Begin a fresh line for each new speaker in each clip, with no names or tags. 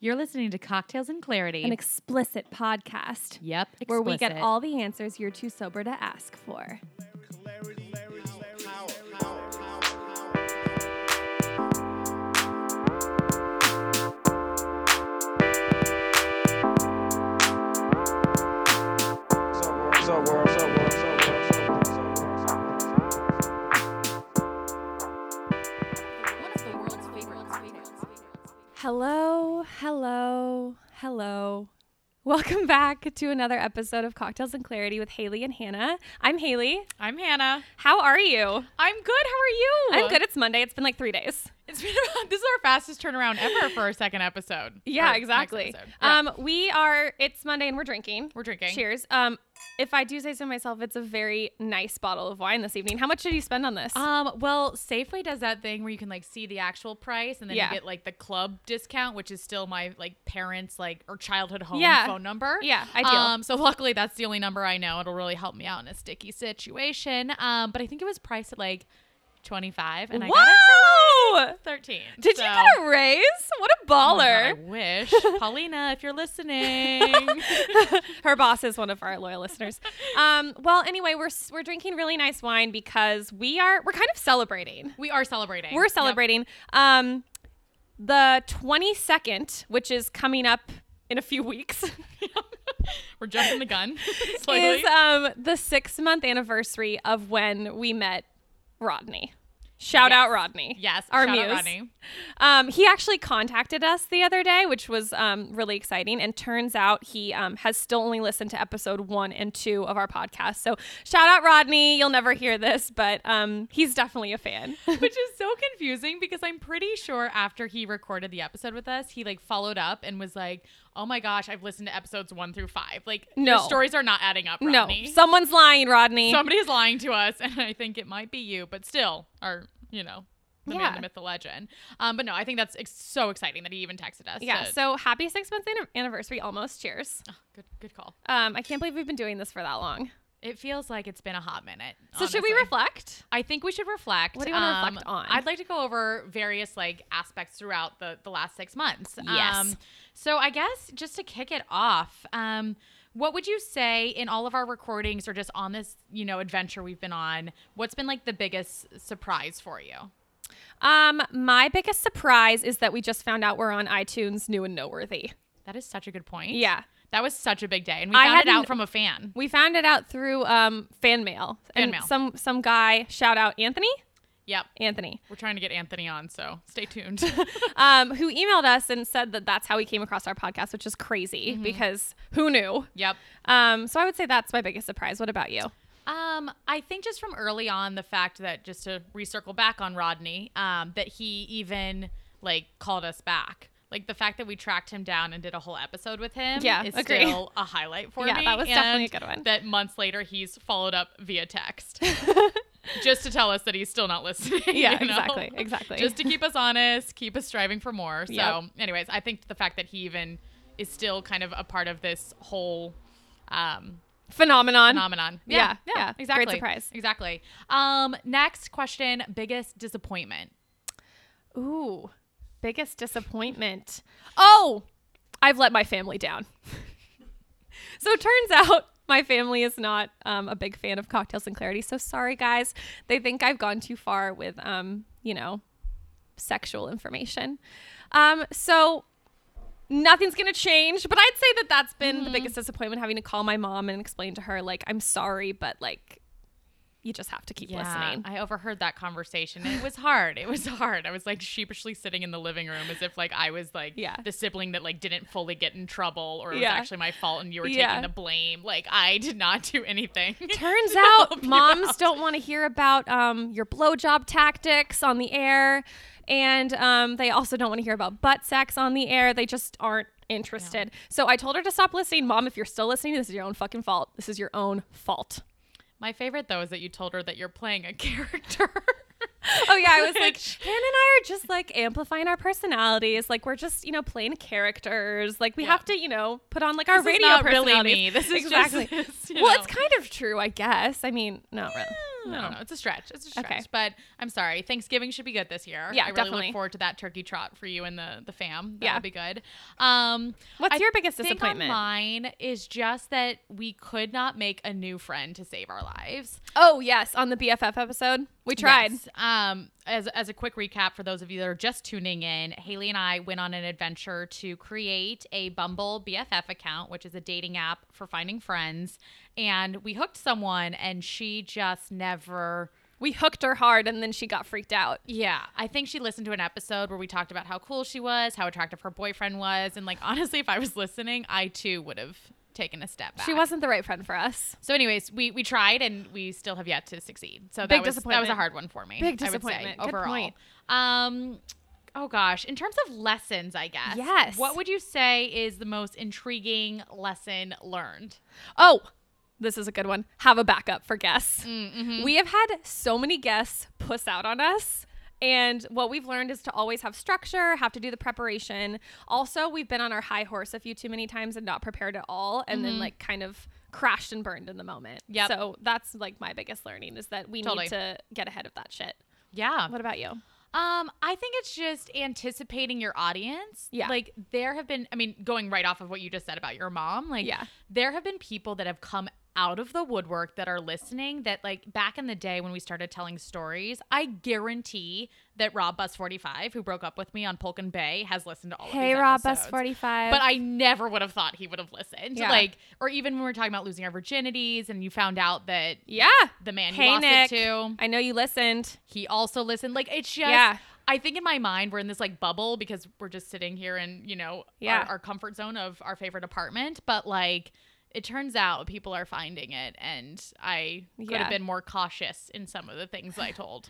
You're listening to Cocktails and Clarity.
An explicit podcast
yep,
where we get
explicit.
all the answers you're too sober to ask for.
One of the world's favorite cocktails.
Hello, hello, hello. Welcome back to another episode of Cocktails and Clarity with Haley and Hannah. I'm Haley.
I'm Hannah.
How are you?
I'm good. How are you?
I'm good. It's Monday. It's been like three days.
It's been this is our fastest turnaround ever for a second episode.
Yeah,
Or next
exactly.
episode. Yeah.
Um, we are. It's Monday and we're drinking.
we're drinking.
Cheers. Um, if I do say so myself, it's a very nice bottle of wine this evening. How much did you spend on this?
Um, well, Safeway does that thing where you can like see the actual price and then
Yeah.
you get like the club discount, which is still my like parents like or childhood home
Yeah.
phone number.
Yeah, ideal.
Um, so luckily that's the only number I know. It'll really help me out in a sticky situation. Um, but I think it was priced at like twenty five and I got it
Whoa!
for thirteen.
Did
So-
you get a raise? What a
Oh my
baller!
God, I wish. Paulina, if you're listening.
Her boss is one of our loyal listeners. Um, well, anyway, we're s- we're drinking really nice wine because we are we're kind of celebrating.
we are celebrating.
We're
Yep.
celebrating um, the 22nd, which is coming up in a few weeks,
We're jumping the gun. slightly.
is um, the six month anniversary of when we met Rodney. Shout out
Yes.
Rodney.
yes,
our
shout out
muse.
Rodney.
Um, he actually contacted us the other day, which was um, really exciting. And turns out he um, has still only listened to episode one and two of our podcast. So shout out Rodney. You'll never hear this, but um, he's definitely a fan.
which is so confusing because I'm pretty sure after he recorded the episode with us, he like followed up and was like, "Oh my gosh, I've listened to episodes one through five. Like,
No.
your stories are not adding up,
no,
Rodney.
someone's lying, Rodney.
Somebody's lying to us, and I think it might be you, but still, or you know." The man,
Yeah.
the myth, the legend. Um, but no, I think that's ex- so exciting that he even texted us.
yeah.
to-
So happy six month an- anniversary almost. Cheers.
Oh, good, good call.
Um, I can't believe we've been doing this for that long.
It feels like it's been a hot minute.
So should we
honestly.
reflect?
I think we should reflect. um,
What do you wanna reflect on?
I'd like to go over various like aspects throughout the the last six months. Um,
Yes.
so I guess just to kick it off, um, what would you say in all of our recordings or just on this you know adventure we've been on? What's been like the biggest surprise for you?
Um, my biggest surprise is that we just found out we're on iTunes new and noteworthy.
That is such a good point.
Yeah.
That was such a big day, and we
I
found it
hadn't-
out from a fan.
We found it out through um, fan mail.
Fan
and
mail.
Some some guy shout out Anthony.
Yep.
Anthony,
We're trying to get Anthony on, so stay tuned.
um, who emailed us and said that that's how we came across our podcast, which is crazy
Mm-hmm.
because who knew?
yep.
Um, so I would say that's my biggest surprise. What about you?
Um, I think just from early on, the fact that just to recircle back on Rodney, um, that he even like called us back. Like the fact that we tracked him down and did a whole episode with him
Yeah,
is
agree.
still a highlight for
Yeah,
me.
that was definitely a good one.
That months later he's followed up via text. just to tell us that he's still not listening.
Yeah,
you know?
exactly, exactly.
Just to keep us honest, keep us striving for more. So,
Yep.
anyways, I think the fact that he even is still kind of a part of this whole um
Phenomenon.
phenomenon.
Yeah, yeah. Great
exactly.
surprise.
Exactly. Um, next question: biggest disappointment.
Ooh, biggest disappointment. Oh, I've let my family down. so it turns out my family is not um, a big fan of cocktails and clarity. So sorry, guys. They think I've gone too far with, um, you know, sexual information. Um, so nothing's gonna change. But I'd say that that's been the biggest disappointment having to call my mom and explain to her like I'm sorry, but like you just have to keep listening.
I overheard that conversation. It was hard. It was hard. I was like sheepishly sitting in the living room as if like I was like
Yeah.
the sibling that like didn't fully get in trouble or it
Yeah.
was actually my fault and you were
Yeah.
taking the blame. Like I did not do anything.
Turns
to
out
help you
moms
out.
don't want to hear about um, your blowjob tactics on the air. And um, they also don't want to hear about butt sex on the air. They just aren't interested. So I told her to stop listening. Mom, if you're still listening, this is your own fucking fault. This is your own fault.
My favorite though is that you told her that you're playing a character.
Oh, yeah. I was like, Hannah and I are just like amplifying our personalities. Like, we're just, you know, playing characters. Like, we
Yeah.
have to, you know, put on like our
This is
radio
not really
personalities.
me. This is just
exactly.
this, you
well,
know.
it's kind of true, I guess. I mean, not really.
I don't know. It's a stretch. It's a stretch.
Okay.
But I'm sorry. Thanksgiving should be good this year.
Yeah,
I really
definitely.
look forward to that turkey trot for you and the the fam. That
Yeah.
would be good. Um,
What's
I
your biggest
think on
disappointment?
mine is just that we could not make a new friend to save our lives.
Oh yes, on the BFF episode, we tried.
Yes. Um, as, as a quick recap for those of you that are just tuning in, Haley and I went on an adventure to create a Bumble BFF account, which is a dating app for finding friends. And we hooked someone, and she just never.
We hooked her hard, and then she got freaked out.
Yeah, I think she listened to an episode where we talked about how cool she was, how attractive her boyfriend was, and like honestly, if I was listening, I too would have taken a step back.
She wasn't the right friend for us.
So, anyways, we we tried and we still have yet to succeed. So that was
Big
that was a
disappointment.
hard one for me.
Big
I would say,
disappointment. Good
overall.
point.
Um, oh gosh, in terms of lessons, I guess.
Yes.
What would you say is the most intriguing lesson learned?
Oh, this is a good one. Have a backup for guests. We have had so many guests puss out on us. And what we've learned is to always have structure, have to do the preparation. Also, we've been on our high horse a few too many times and not prepared at all, and then like kind of crashed and burned in the moment. Yeah.
Yep.
So that's like my biggest learning is that we
Totally.
need to get ahead of that shit.
Yeah.
What about you?
Um, I think it's just anticipating your audience.
Yeah.
Like there have been, I mean, going right off of what you just said about your mom, like
Yeah.
there have been people that have come out of the woodwork that are listening that like back in the day when we started telling stories, I guarantee that Rob Bus 45, who broke up with me on Polk Bay, has listened to all of these episodes.
45.
But I never would have thought he would have listened.
Yeah.
Like, or even when we were talking about losing our virginities and you found out that
yeah.
the man you
Hey,
lost
Nick.
it to
I know you listened.
he also listened. Like it's just
Yeah.
I think in my mind we're in this like bubble because we're just sitting here in, you know,
Yeah.
our, our comfort zone of our favorite apartment. But like it turns out people are finding it and I could
Yeah.
have been more cautious in some of the things I told.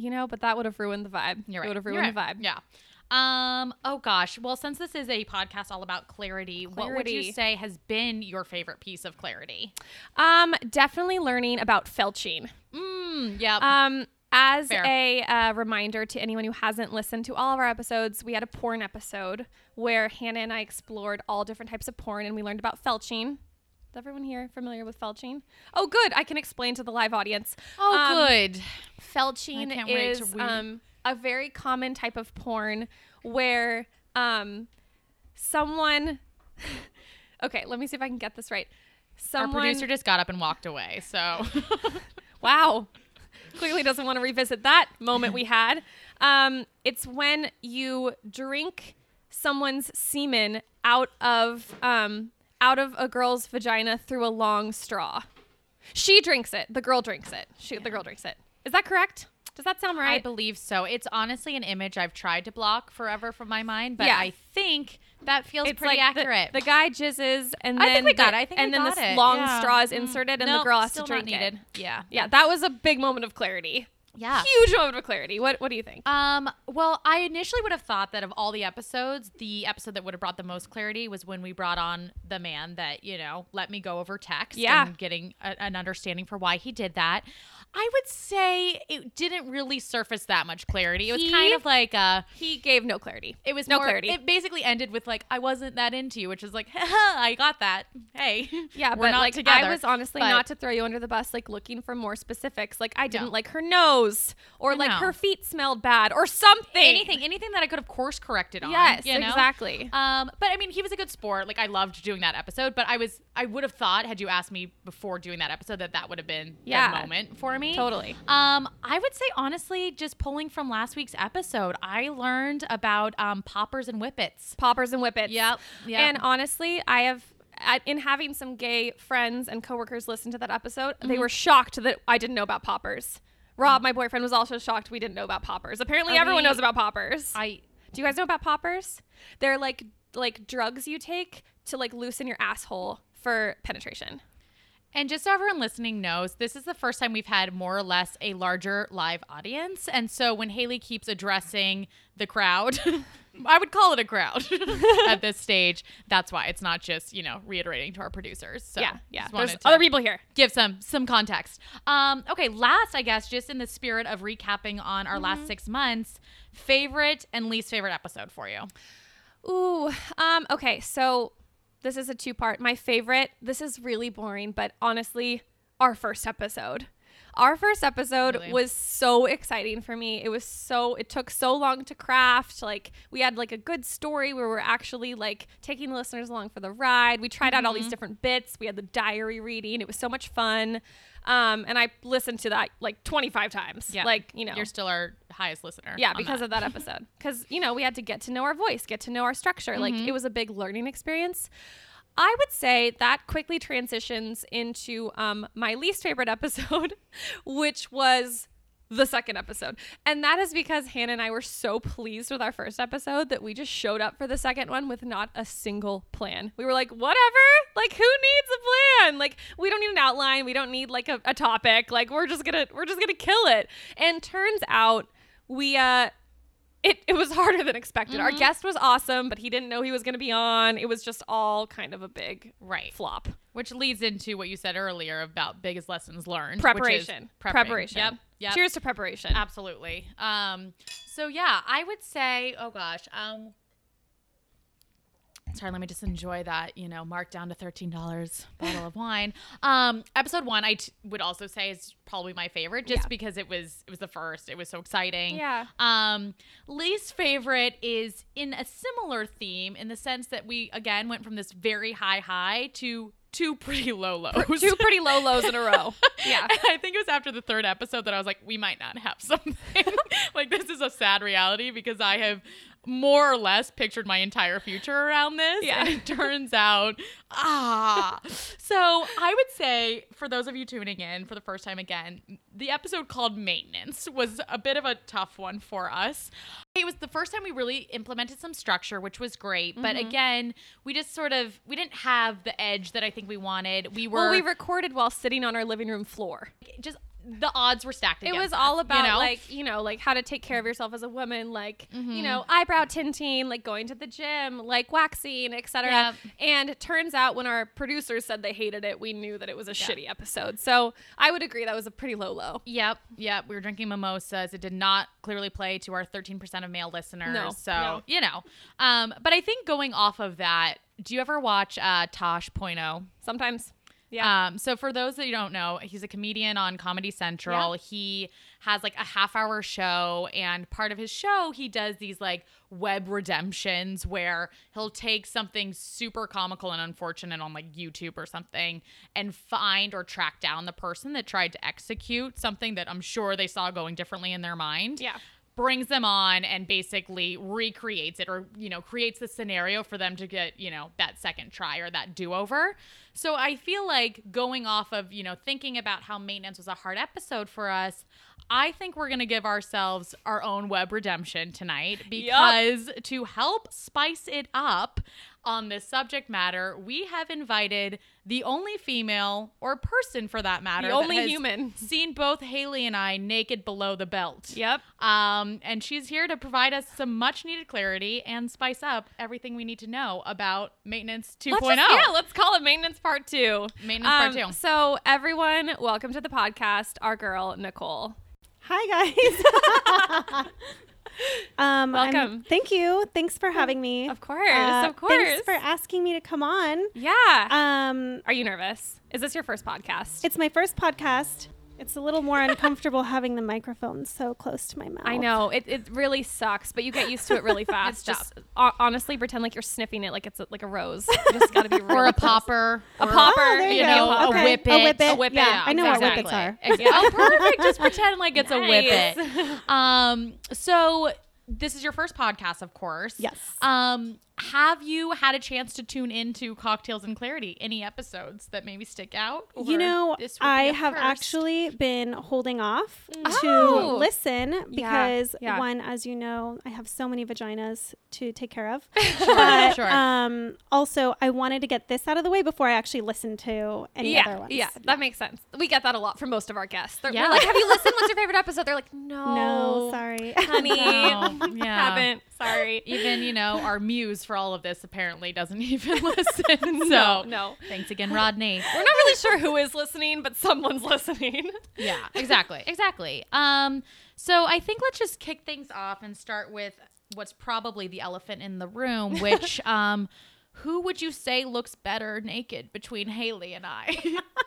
You know, but that would have ruined the vibe.
You're right.
It would have
You're
ruined
right.
the vibe.
Yeah. Um, oh gosh. Well, since this is a podcast all about clarity, what would
Clarity.
you say has been your favorite piece of clarity?
Um, definitely learning about felching.
Mm, yeah.
Um, as
Fair.
a uh, reminder to anyone who hasn't listened to all of our episodes, we had a porn episode where Hannah and I explored all different types of porn and we learned about felching. Is everyone here familiar with felching? Oh, good. I can explain to the live audience.
oh
Um,
good.
Felching
I can't wait
is
to read.
um, a very common type of porn where um, someone. okay, let me see if I can get this right. Someone,
Our producer just got up and walked away. So
Wow. Clearly doesn't want to revisit that moment we had. Um, it's when you drink someone's semen out of um, out of a girl's vagina through a long straw. She drinks it. The girl drinks it. She, The girl drinks it. Is that correct? Does that sound
I
right?
believe so. It's honestly an image I've tried to block forever from my mind, but
Yeah.
I think that feels
it's
pretty
like the-
accurate.
The, guy jizzes, and
I
then
think we got
the,
it. I think
and
we
then
got
the
it.
long
Yeah.
straw is
Mm.
inserted, and the
Nope,
girl has to
still
drink
not needed.
it.
Yeah.
Yeah, that was a big moment of clarity.
Yeah.
Huge moment of clarity. What What do you think?
Um, well, I initially would have thought that of all the episodes, the episode that would have brought the most clarity was when we brought on the man that, you know, let me go over text
Yeah.
and getting a, an understanding for why he did that. I would say it didn't really surface that much clarity. It was
He-
kind of like a
He gave no clarity.
it was
no
more-
clarity.
It basically ended with like I wasn't that into you, which is like I got that. Hey,
yeah,
we're
but
not
like
together.
I was honestly
But-
not to throw you under the bus, like looking for more specifics. Like I didn't like her nose, or like
know.
her feet smelled bad, or something.
anything, anything that I could have course corrected on.
Yes,
you know?
exactly.
Um, but I mean, he was a good sport. Like I loved doing that episode, but I was I would have thought had you asked me before doing that episode that that would have been
Yeah.
the moment for me.
Totally.
Um, I would say honestly, just pulling from last week's episode, I learned about um, poppers and whippets.
Poppers and whippets.
Yep, yep.
And honestly, I have. I- In having some gay friends and coworkers listen to that episode,
Mhm.
they were shocked that I didn't know about poppers. Rob, my boyfriend, was also shocked we didn't know about poppers. Apparently,
Are
everyone
we-
knows about poppers.
I
Do you guys know about poppers? They're like like drugs you take to like loosen your asshole for penetration.
And just so everyone listening knows, this is the first time we've had more or less a larger live audience. And so when Haley keeps addressing the crowd, I would call it a crowd at this stage. That's why it's not just, you know, reiterating to our producers. So
yeah, yeah.
just
There's
wanted to-
other people here.
give some some context. Um, okay, last I guess, just in the spirit of recapping on our last
Mm-hmm.
six months, favorite and least favorite episode for you.
Ooh. Um. Okay. So this is a two part. My favorite. This is really boring, but honestly, our first episode. our first episode
Really?
was so exciting for me. It was so it took so long to craft. Like we had like a good story where we're actually like taking the listeners along for the ride. We tried out all
Mm-hmm.
these different bits. We had the diary reading. It was so much fun. Um, and I listened to that like 25 times.
Yeah.
Like, you know.
You're still our highest listener.
Yeah,
on
because
that.
of that episode. Because, you know, we had to get to know our voice, get to know our structure. Like,
Mm-hmm.
it was a big learning experience. I would say that quickly transitions into um, my least favorite episode, which was the second episode. And that is because Hannah and I were so pleased with our first episode that we just showed up for the second one with not a single plan. We were like, whatever. Like, who needs a plan? Like, we don't need an outline. We don't need like a, a topic. Like, we're just gonna we're just gonna kill it. And turns out we uh it, it was harder than expected. Our
Mm-hmm.
guest was awesome, but he didn't know he was going to be on. It was just all kind of a big
right,
flop.
which leads into what you said earlier about biggest lessons learned, which is
Preparation.
prepping.
Preparation.
Yep. Yep.
Cheers to preparation.
Absolutely. Um, so yeah, I would say, oh gosh, um, sorry, let me just enjoy that, you know, marked down to $13 bottle of wine. Um, episode one, I t- would also say is probably my favorite just
Yeah.
because it was, it was the first, it was so exciting.
Yeah.
Um, least favorite is in a similar theme in the sense that we, again, went from this very high high to two pretty low lows.
Two pretty low lows in a row. Yeah.
And I think it was after the third episode that I was like, we might not have something. like, this is a sad reality because I have more or less pictured my entire future around this.
Yeah.
And it turns out, ah. So I would say, for those of you tuning in for the first time again, the episode called Maintenance was a bit of a tough one for us. It was the first time we really implemented some structure, which was great. But
Mm-hmm.
again, we just sort of we didn't have the edge that I think we wanted. We were
Well, we recorded while sitting on our living room floor.
just the odds were stacked
It
against
was
us,
all
you
about
know?
like, you know, like how to take care of yourself as a woman, like, you know,
Mm-hmm.
eyebrow tinting, like going to the gym, like waxing, etc.
Yep.
And it turns out when our producers said they hated it, we knew that it was a shitty episode. So, I would agree that was a pretty low low.
yep yep we were drinking mimosas it did not clearly play to our 13% of male listeners
No,
so
no.
you know um but i think going off of that do you ever watch uh tosh.0
Sometimes. Yeah.
Um, so for those that you don't know, he's a comedian on Comedy Central. He has like a half hour show, and part of his show, he does these like web redemptions where he'll take something super comical and unfortunate on like YouTube or something and find or track down the person that tried to execute something that I'm sure they saw going differently in their mind
yeah.
brings them on and basically recreates it or you know creates the scenario for them to get you know that second try or that do over so i feel like going off of you know thinking about how maintenance was a hard episode for us i think we're going to give ourselves our own web redemption tonight because to help spice it up on this subject matter we have invited the only female or person for that matter that
only
has
human.
seen both haley and i naked below the belt
Yep.
um, and she's here to provide us some much needed clarity and spice up everything we need to know about maintenance oh. 2.0.
Let's just- yeah, let's call it maintenance part two. Um,
Maintenance part two.
So, everyone, welcome to the podcast. Our girl Nicole.
Hi guys. um, I'm-
Welcome.
thank you. Thanks for having me. Uh,
Of course, of course.
Thanks for asking me to come on.
Yeah.
Um,
Are you nervous? Is this your first podcast?
it's my first podcast. It's a little more uncomfortable having the microphone so close to my mouth.
I know it, it really sucks, but you get used to it really fast.
tough.
Just ho- honestly pretend like you're sniffing it like it's a, like a rose. You just gotta be real
Or a
close.
popper.
A
or-
popper,
Oh, there
you
you,
know,
go.
a
okay.
whippet.
A whippet.
A whippet,
Yeah, I know what
exactly.
whippets are.
Ex- oh, perfect. Just pretend like it's
Nice.
a whippet. Um, so this is your first podcast, of course.
Yes.
Um, have you had a chance to tune into Cocktails and Clarity? Any episodes that maybe stick out?
You
Or
know,
this would be
I
a
have
first? Mm.
actually been holding off
Oh.
to listen because
yeah.
one, as you know, I have so many vaginas to take care of.
Sure,
but
sure.
um, also, I wanted to get this out of the way before I actually listen to any
yeah,
other ones.
yeah, that makes sense. We get that a lot from most of our guests. They're,
Yeah.
We're like, "Have you listened? What's your favorite episode?" They're like, "No,
No, sorry.
honey,
No, Oh, yeah.
haven't. Sorry."
even you know our muse for all of this apparently doesn't even listen. So
No, no.
thanks again, Rodney.
We're not really sure who is listening, but someone's listening.
yeah, exactly, exactly. Um, so I think let's just kick things off and start with what's probably the elephant in the room, which um, who would you say looks better naked between Haley and I?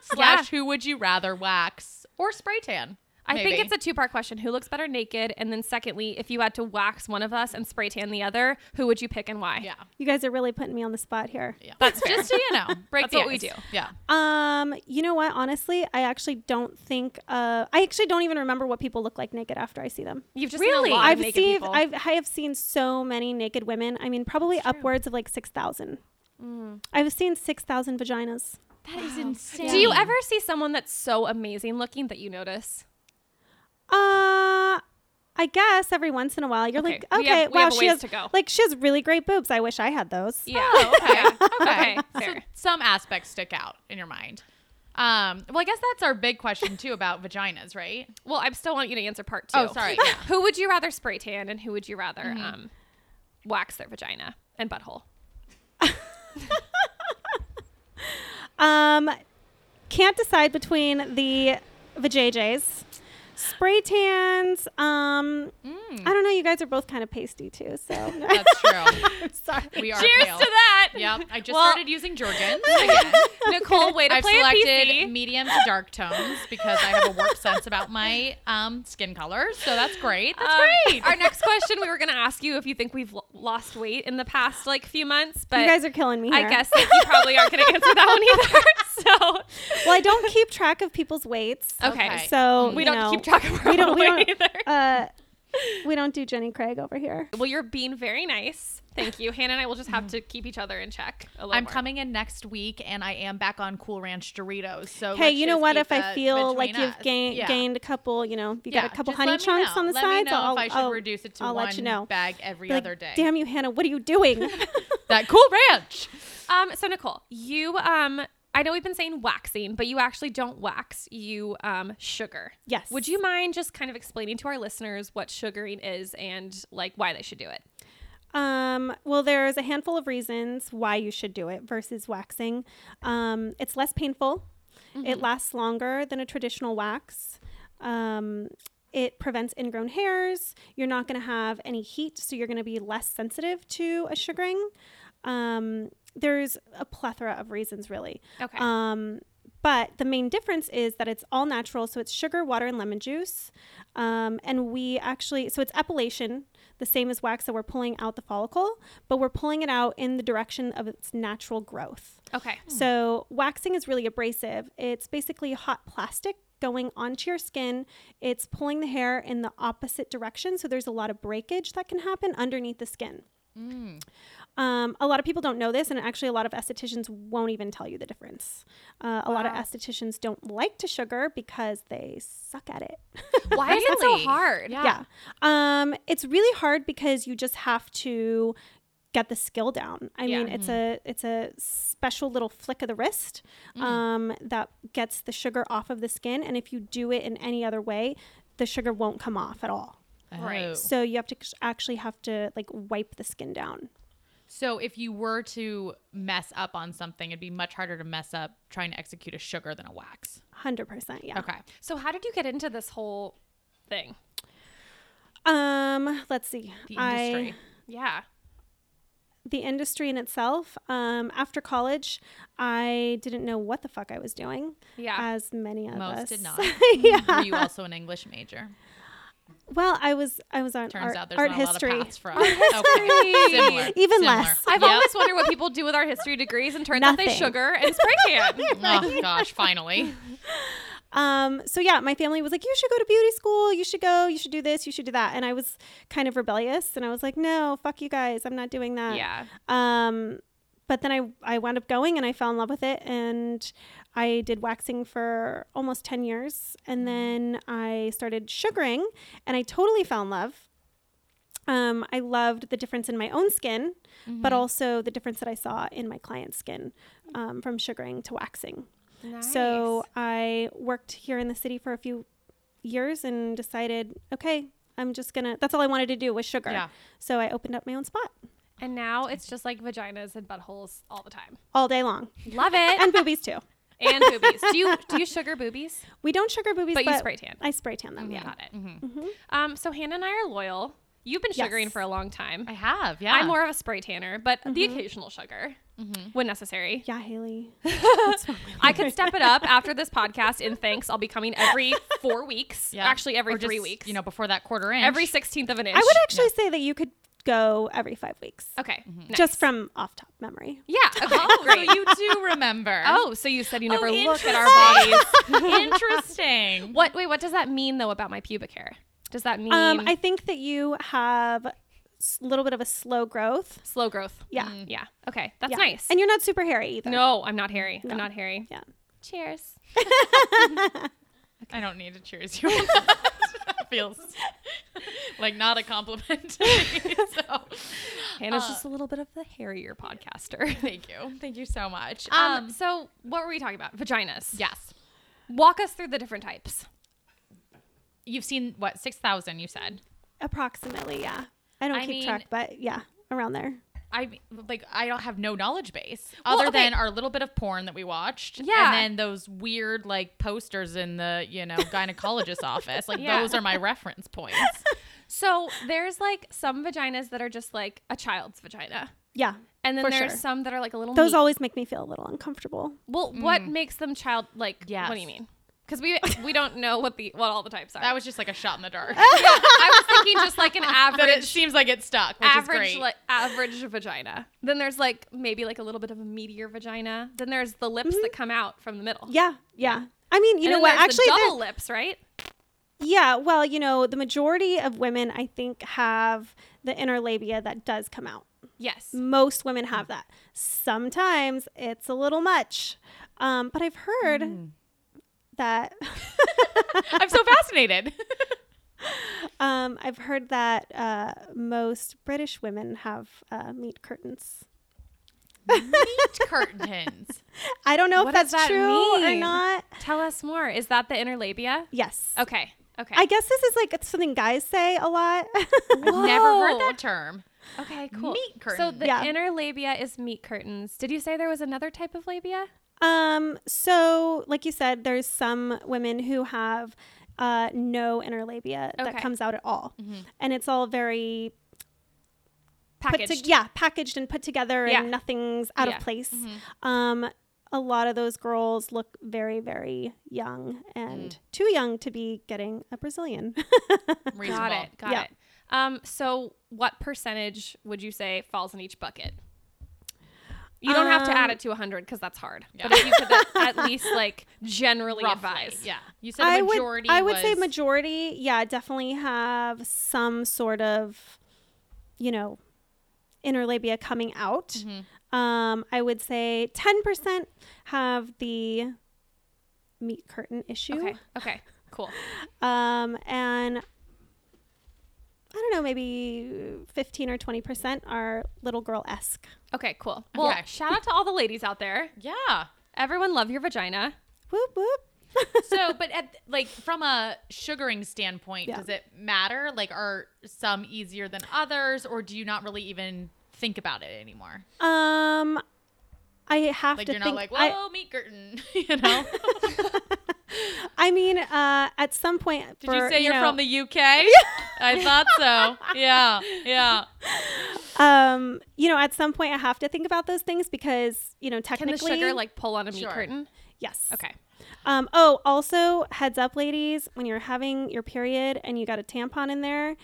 Slash, who would you rather wax or spray tan.
I think
maybe.
it's a two part question. Who looks better naked? And then, secondly, if you had to wax one of us and spray tan the other, who would you pick and why?
yeah.
You guys are really putting me on the spot here.
Yeah.
That's fair.
just so you know, break
That's
the
what we
ice.
do.
Yeah.
Um, you know what? Honestly, I actually don't think. Uh, I actually don't even remember what people look like naked after I see them.
You've just
Really?
seen a lot of
I've
naked
seen.
people.
I've I have seen so many naked women. I mean, probably upwards of like six thousand.
Mm.
I've seen six thousand vaginas.
That is insane.
Do you ever see someone that's so amazing looking that you notice?
Uh, I guess every once in a while you're
Okay,
like, okay,
we have- we
wow,
have a
she
ways
has
to go.
like she has really great boobs. I wish I had those.
Yeah.
okay.
Oh, okay.
okay.
Fair.
Some aspects stick out in your mind. Um, well, I guess that's our big question too about vaginas, right?
Well, I still want you to answer part two.
Oh, sorry. Yeah.
who would you rather spray tan and who would you rather
Mm-hmm.
um, wax their vagina and butthole?
Um, can't decide between the vajayjays, spray tans. Um,
Mm.
I don't know. You guys are both kind of pasty too, so
That's true.
I'm sorry.
We are
Cheers
pale.
to that.
Yep. I just
Well-
started using Jorgens. Again.
Nicole, way to
I've
play a
selected
PC.
medium to dark tones because I have a warped sense about my um, skin color. So that's great.
Oh,
That's
Um,
great.
Our next question, we were going to ask you if you think we've lo- lost weight in the past like few months, but
you guys are killing me.
I
here.
guess like, you probably aren't going to answer that one either. So
Well, I don't keep track of people's weights.
okay.
Mm-hmm.
So
we
you
don't
know,
keep track of our
We don't.
own
We
weight
don't.
either.
Uh, we don't do Jenny Craig over here.
Well, you're being very nice. Thank you. Hannah and I will just
Mm-hmm.
have to keep each other in check a little
I'm
more.
coming in next week, and I am back on Cool Ranch Doritos. So
Hey,
let's
you know
just
what?
keep
If I
that
feel like
between
you've
us.
gained
Yeah.
gained a couple, you know, you
yeah.
got a couple
just
honey
let me
chunks
know.
on the
let
sides.
Me know
I'll,
if I should
I'll-
reduce it to
I'll
one
let you know.
bag every
Be like,
other day.
Damn you, Hannah! What are you doing?
That Cool Ranch.
Um, so Nicole, you um, I know we've been saying waxing, but you actually don't wax. You um, sugar.
Yes.
Would you mind just kind of explaining to our listeners what sugaring is and like why they should do it?
Um, well, there's a handful of reasons why you should do it versus waxing. Um, it's less painful. It lasts longer than a traditional wax. Um, it prevents ingrown hairs. You're not going to have any heat, so you're going to be less sensitive to a sugaring. Um, there's a plethora of reasons, really.
Okay.
Um, but the main difference is that it's all natural. So it's sugar, water, and lemon juice. Um, and we actually, so it's epilation, the same as wax. So we're pulling out the follicle, but we're pulling it out in the direction of its natural growth.
okay.
So waxing is really abrasive. It's basically hot plastic going onto your skin. It's pulling the hair in the opposite direction. So there's a lot of breakage that can happen underneath the skin. Um, a lot of people don't know this, and actually, a lot of estheticians won't even tell you the difference. Uh, a lot of estheticians don't like to sugar because they suck at it.
Why is it so
Really?
hard?
Yeah.
yeah.
Ah.
Um, it's really hard because you just have to get the skill down. I
Yeah.
mean, it's a
Mm-hmm.
it's a special little flick of the wrist
Mm.
um, that gets the sugar off of the skin, and if you do it in any other way, the sugar won't come off at all.
Right.
Oh.
So you have to actually have to like wipe the skin down.
So if you were to mess up on something, it'd be much harder to mess up trying to execute a sugar than a wax.
Hundred percent. Yeah.
Okay.
So how did you get into this whole thing?
Um, let's see.
The
I-
industry.
Yeah.
the industry in itself. Um, after college, I didn't know what the fuck I was doing.
Yeah.
As many of
Most
us
did not.
yeah.
Were you also an English major?
Well, I was I was on
Turns
art,
out there's
art
not
history.
a lot of paths for us. Okay. Similar.
Even
Similar.
less.
I've
Yep.
always wondered what people do with our history degrees and turns out they
Nothing.
sugar and spray tan.
Oh gosh, finally.
Um, so yeah, my family was like, "You should go to beauty school. You should go. You should do this. You should do that." And I was kind of rebellious, and I was like, "No, fuck you guys. I'm not doing that."
yeah.
Um, but then I I wound up going, and I fell in love with it, and I did waxing for almost ten years, and then I started sugaring, and I totally fell in love. Um, I loved the difference in my own skin, but also the difference that I saw in my client's skin um, from sugaring to waxing. So I worked here in the city for a few years and decided, okay, I'm just gonna. That's all I wanted to do was sugar.
Yeah.
So I opened up my own spot
and now it's just like vaginas and buttholes all the time.
all day long,
Love it.
and boobies too.
and boobies. Do you do you sugar boobies?
Mm-hmm.
We don't sugar boobies,
But
but,
you spray tan. Mm-hmm.
I spray tan them. Yeah.
Got it. Um, so Hannah and I are loyal. You've been sugaring
Mm-hmm. Yes.
for a long time.
I have, Mm-hmm. yeah.
I'm more of a spray tanner, but the
Mm-hmm.
occasional sugar when necessary.
Yeah, Haley.
I could step it up after this podcast. In thanks, I'll be coming every four weeks.
Yeah.
Actually, every
Or
three
just,
weeks.
You know, before that quarter inch.
every sixteenth of an inch.
I would actually say that you could go every five weeks,
Okay. nice.
just from off top memory.
yeah. Okay.
Oh, so
great.
you do remember.
Oh, so you said you never
Oh,
look at our bodies.
interesting.
What? Wait. What does that mean though about my pubic hair? Does that mean
Um, I think that you have a little bit of a slow growth.
slow growth? Mm,
Yeah.
Mm,
Yeah. Okay. That's
Yeah.
nice.
And you're not super hairy either.
no, I'm not hairy.
No.
I'm not hairy.
Yeah.
Cheers.
I don't need to cheers you. on that. Feels like not a compliment. To me, so
Hannah's just a little bit of the hairier podcaster.
thank you, thank you so much.
Um, so what were we talking about? Vaginas.
yes,
Walk us through the different types.
you've seen what six thousand? You said.
Approximately, yeah. I don't
I
keep
mean-
track, but yeah, around there.
I mean, like I don't have no knowledge base
Well,
other
okay.
than our little bit of porn that we watched, and
Yeah.
then those weird like posters in the you know gynecologist's office. Like
Yeah.
those are my reference points.
So there's like some vaginas that are just like a child's vagina.
Yeah.
And then
For
there's
sure.
some that are like a little
Those
meat.
always make me feel a little uncomfortable.
Well, what makes them child like what
Mm. Yes.
do you mean? Because we we don't know what the what all the types are.
That was just like a shot in the dark.
I was thinking just like an
but it
average
seems like it stuck, which is
average
great.
like average vagina. Then there's like maybe like a little bit of a meteor vagina. Then there's the lips that come out from the middle.
Mm-hmm. Yeah, yeah. I mean,
And
you know
then
what?
there's
Actually,
the
there's-
double lips, right?
yeah. Well, you know, the majority of women, I think, have the inner labia that does come out.
Yes.
Most women have that. Sometimes it's a little much, um, but I've heard
Mm.
that
I'm so fascinated.
um, I've heard that uh, most British women have uh, meat curtains.
Meat curtains.
I don't know
What
if
does that
that's true or
mean?
not.
Tell us more. Is that the inner labia?
Yes.
Okay. Okay.
I guess this is like it's something guys say a lot.
I've never heard
Whoa.
that term.
Okay, cool.
Meat
So
curtain.
the
Yeah.
inner labia is meat curtains. Did you say there was another type of labia?
um, so like you said, there's some women who have uh, no inner labia
Okay. Mm-hmm.
that comes out at all, and it's all very put to-
Packaged.
yeah, packaged and put together,
Yeah.
and nothing's out
Yeah. Mm-hmm.
of place. Um, a lot of those girls look very, very young
Mm.
and too young to be getting a Brazilian.
Reasonable.
got it. Got
Yeah.
it. Um, so what percentage would you say falls in each bucket? You don't have to add
Um,
it to 100 because that's hard.
Yeah.
But if you could at least like generally
Roughly,
advise.
Yeah. You said
I
a
would,
majority.
I would say
was-
majority, yeah, definitely have some sort of, you know, inner labia coming out.
Mm-hmm.
Um, I would say 10% have the meat curtain issue.
Okay. Okay. Cool.
Um, and I don't know, maybe 15 or 20% are little girl esque.
Okay, cool. Well,
Okay.
shout out to all the ladies out there.
Yeah.
Everyone love your vagina.
Whoop, whoop.
So, but at, like from a sugaring standpoint,
Yeah.
does it matter? Like, are some easier than others, or do you not really even think about it anymore?
Um, I have
Like,
to
you're
think.
not like,
I-
whoa, meat curtain. you know?
I mean, uh, at some point,
Did you say you're from
the?
the UK? I thought so. Yeah. Yeah.
Um, you know, at some point, I have to think about those things because you know,
Can the
technically,
sugar like pull on a meat
Sure.
curtain?
yes,
Okay.
Um, oh, also, heads up, ladies, when you're having your period and you got a tampon in there,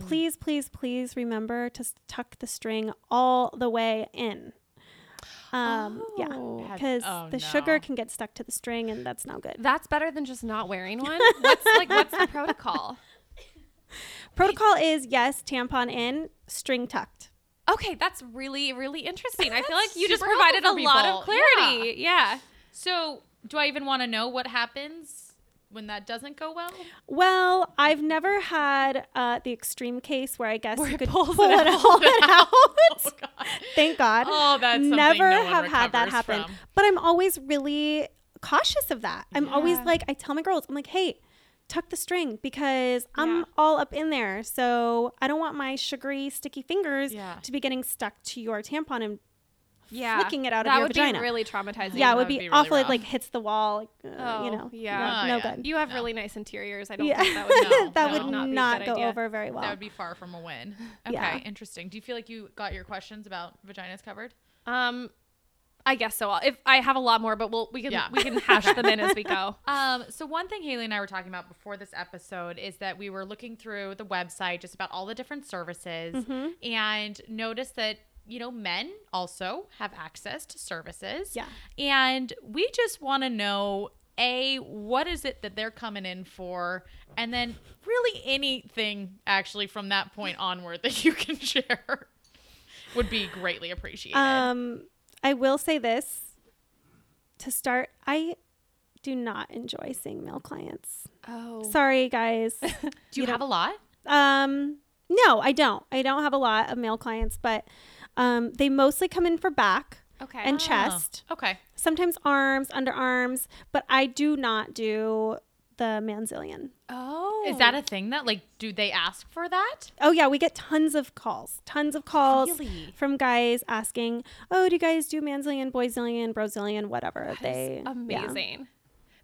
please, please, please remember to s- tuck the string all the way in. Um,
Oh.
yeah,
Heads-
because
oh,
the sugar
no.
can get stuck to the string, and that's not good.
That's better than just not wearing one. What's like what's the protocol?
Protocol is yes, tampon in, string tucked.
Okay, that's really really interesting. I feel like you just
super helpful
provided a
for
lot of
people.
clarity. Yeah.
So, do I even want to know what happens when that doesn't go well?
Well, I've never had uh, the extreme case where I guess you could pull it,
Pull it
out.
Oh, God.
Thank God.
Oh, that's something
never
no one
have had that
recovers
happen.
from.
But I'm always really cautious of that. I'm always like, I tell my girls, I'm like, hey, tuck the string because I'm
Yeah.
all up in there, so I don't want my sugary, sticky fingers
Yeah.
to be getting stuck to your tampon and
Yeah.
flicking it out of
that
your
would
vagina.
be really traumatizing.
yeah, it
That
would be,
be really
awful. It
rough.
like hits the wall, like, uh,
Oh,
you know.
yeah.
no, no
Oh, yeah.
good.
You have
No.
really nice interiors. I don't
yeah,
think that would.
No,
that
no.
would
Not
not,
be a good
go
idea.
over very well.
That would be far from a win. Okay,
Yeah.
interesting. Do you feel like you got your questions about vaginas covered?
Um, I guess so. I'll- If I have a lot more, but we'll we can
Yeah.
we can hash them in as we go.
Um, so one thing Haley and I were talking about before this episode is that we were looking through the website just about all the different services
Mm-hmm.
and noticed that you know men also have access to services.
Yeah.
And we just want to know a what is it that they're coming in for and then really anything actually from that point onward that you can share would be greatly appreciated.
Um, I will say this to start. I do not enjoy seeing male clients.
Oh,
Sorry, guys.
Do you,
you
have a lot?
um, no, I don't. I don't have a lot of male clients, but um, they mostly come in for back
okay.
and
Oh,
chest,
okay.
sometimes arms, underarms. But I do not do the manzillion.
oh,
Is that a thing that like do they ask for that?
Oh yeah, we get tons of calls, tons of calls
Really?
from guys asking, "Oh, do you guys do manzillion, boyzillion, brozillion, whatever?" they yeah.
amazing?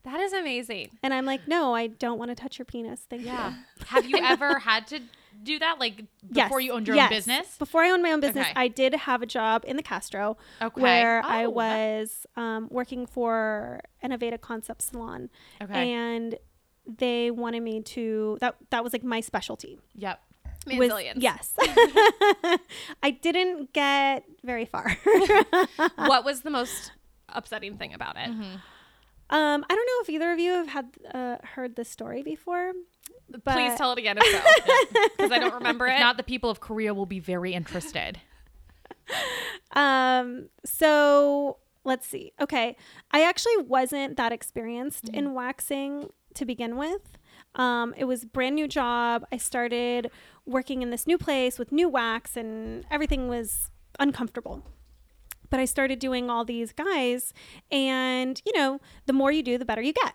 That is amazing.
And I'm like, "No, I don't want to touch your penis. Thank
Yeah.
you."
Have you ever had to do that? Like
Yes,
before you owned your
yes.
own business?
Before I owned my own business,
Okay.
I did have a job in the Castro
Okay.
where
Oh,
I
that-
was um, working for an Aveda concept salon,
Okay.
and they wanted me to that that was like my specialty.
yep.
was-
Manzillions.
yes. I didn't get very far.
what was the most upsetting thing about it?
Mm-hmm.
Um, I don't know if either of you have had uh, heard this story before, but
Please tell it again if so, because I don't remember it.
If not, the people of Korea will be very interested.
Um, so let's see. Okay, I actually wasn't that experienced in waxing to begin with. Um, it was a brand new job. I started working in this new place with new wax, and everything was uncomfortable. But I started doing all these guys, and you know, the more you do, the better you get.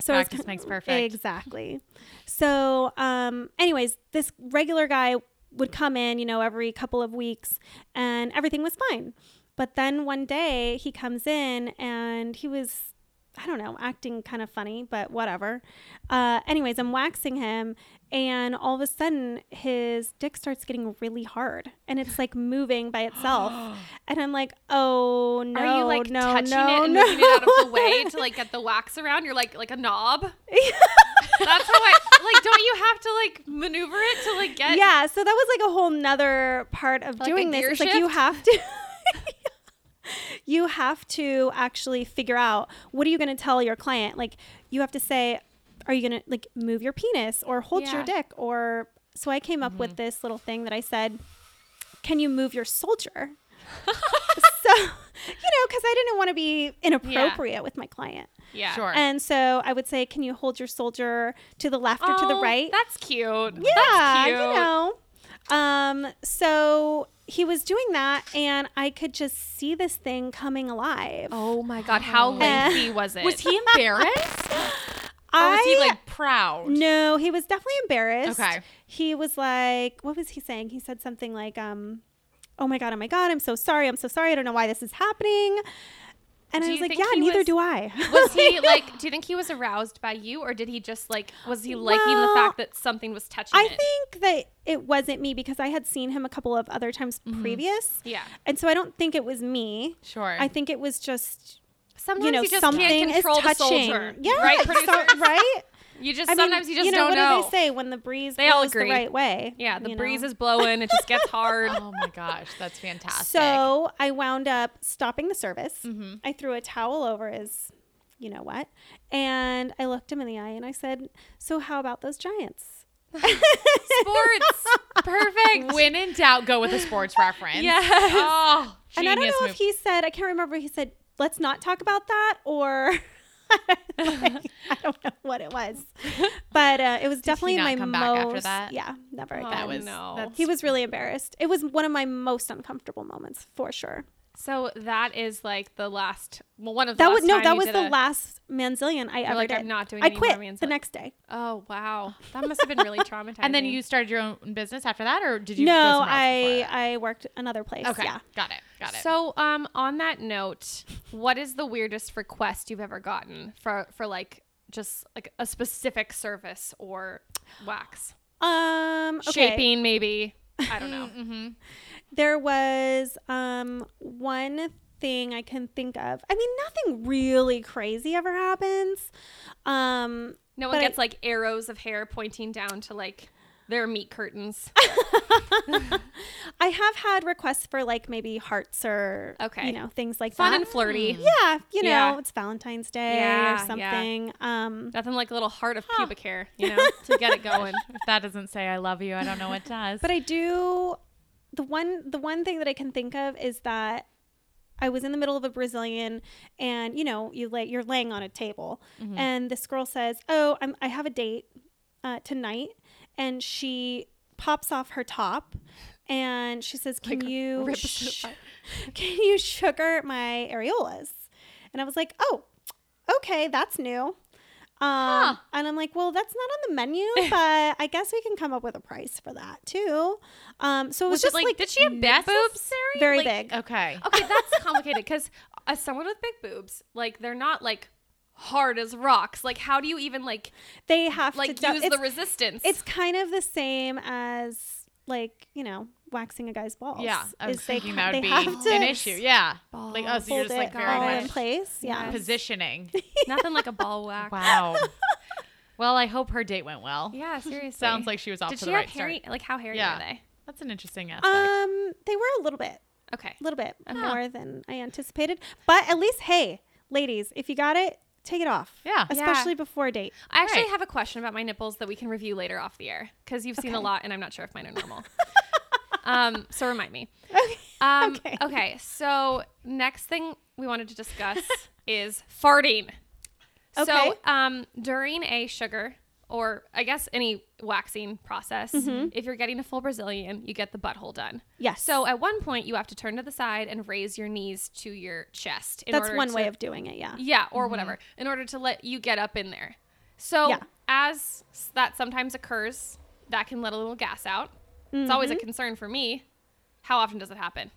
So I was
Practice
kin-
makes perfect.
Exactly. So, um, anyways, this regular guy would come in, you know, every couple of weeks, and everything was fine. But then one day he comes in and he was, I don't know, acting kind of funny, but whatever. Uh, anyways, I'm waxing him, and all of a sudden his dick starts getting really hard, and it's like moving by itself, and I'm like, oh no,
Are you like
no,
touching
no,
it and
no.
moving it out of the way to like get the wax around? You're like like a knob. That's how I like. Don't you have to like maneuver it to like get?
yeah so that was like a whole nother part of
Like a
doing this
gear
it's like you
shift?
have to you have to actually figure out what are you going to tell your client like you have to say are you going to like move your penis or hold
Yeah. Mm-hmm.
your dick or so i came up with this little thing that i said can you move your soldier so you know because i didn't want to be inappropriate with my client
yeah.
Sure.
and so i would say can you hold your soldier to the left or to the
Oh,
right
That's cute.
yeah,
That's cute.
you know. Um, so he was doing that, and I could just see this thing coming alive.
Oh my god, how lengthy was it?
was he embarrassed? or
oh,
I
was he like proud?
no, he was definitely embarrassed.
Okay.
he was like, what was he saying? He said something like, um, "Oh my god, oh my god, I'm so sorry, I'm so sorry, I don't know why this is happening." And
Do
I
you
was like,
think
"Yeah,
he
neither
was-
do I."
was he like do you think he was aroused by you or did he just like was he liking the
Well,
fact that something was touching
I
it?
think that it wasn't me because I had seen him a couple of other times previous,
Mm-hmm. yeah.
and so I don't think it was me.
Sure.
I think it was just
Sometimes
you know,
you just
something
can't control
is
the
touching.
soldier.
Yeah,
Right,
so-
producer?
right?
You just
I mean,
sometimes you just
you know,
don't
what
know.
do they say when the breeze
They all
blows
agree.
the right way?
Yeah, the
you
breeze
know?
is blowing, it just gets hard.
oh my gosh, that's fantastic.
So I wound up stopping the service.
Mm-hmm.
I threw a towel over his, you know what, and I looked him in the eye and I said, "So how about those giants?"
Sports. Perfect.
when in doubt, go with a sports reference.
Yes.
Oh, genius
and I don't know
move.
if he said, I can't remember. if He said, "Let's not talk about that," or. like, I don't know what it was, but uh, it was definitely
not
my
come
most.
back after that?
Yeah, never
Oh,
again.
that was
no.
that's-
He was really embarrassed. It was one of my most uncomfortable moments for sure.
So that is like the last well, one of the
That
last
was no,
time
that
you
was
did
the
a-
last manzillion I ever
like,
did.
"I'm not doing
I
any more
quit the
Manzillion."
next day.
Oh wow, that must have been really traumatizing.
And then you started your own business after that, or did you? go
no,
somewhere else before
I
that?
I worked another place.
Okay,
Yeah.
got it, got it.
So, um, on that note, what is the weirdest request you've ever gotten for for like just like a specific service or wax
Um okay. Mm-hmm.
shaping? Maybe I don't know.
There was um one thing I can think of. I mean, nothing really crazy ever happens. Um
No one
But I-
gets like arrows of hair pointing down to like their meat curtains.
I have had requests for like maybe hearts or
Okay.
you know, things like
Fun
that.
and flirty.
yeah, you know,
Yeah.
it's Valentine's Day
Yeah, yeah.
or something. Um
Nothing like a little heart of pubic hair, you know, to get it going.
if that doesn't say I love you, I don't know what does.
But I do the one the one thing that I can think of is that I was in the middle of a Brazilian and you know, you lay you're laying on a table
Mm-hmm.
and this girl says, "Oh, I'm I have a date uh, tonight." And she pops off her top and she says, "Can you
rips it
sh- can you sugar my areolas?" And I was like, "Oh, okay, that's new." Um, And I'm like, well, that's not on the menu, but I guess we can come up with a price for that too. Um, so it was,
it,
just
like,
like,
did she have big boobs?
Very
Like,
big.
okay,
Okay, that's complicated because as someone with big boobs, like they're not like hard as rocks. Like, how do you even like
They have
like
to do-
use
it's,
the resistance?
it's kind of the same as like you know waxing a guy's balls.
yeah, I was
is they
thinking
ca-
that would
they
be
have to
an issue. Yeah, like oh, so you're
Hold
just like
it
very
all in
much
place. Yeah.
positioning.
nothing like a ball whack.
Wow. well, I hope her date went well.
Yeah, seriously.
Sounds like she was off
Did
to
she
the
have
right
hairy?
start.
Like how hairy
Yeah.
are they?
That's an interesting aspect.
Um, they were a little bit,
Okay.
a little bit
Uh-huh.
more than I anticipated, but at least hey, ladies, if you got it, take it off.
Yeah. Yeah.
especially before a date.
I actually
Right.
have a question about my nipples that we can review later off the air because you've seen a
Okay.
lot, and I'm not sure if mine are normal. um, so remind me. Um, okay.
Okay.
So next thing we wanted to discuss is farting. So
Okay.
um, during a sugar or I guess any waxing process, if you're getting a full Brazilian, you get the butthole done.
Mm-hmm. Yes.
uh,
So at one point, you have to turn to the side and raise your knees to your chest. In
that's
order
one
to,
way of doing it. Yeah.
yeah, or whatever, in order to let you get up in there. So
Yeah.
as s- that sometimes occurs, that can let a little gas out. It's always
Mm-hmm.
a concern for me. How often does it happen?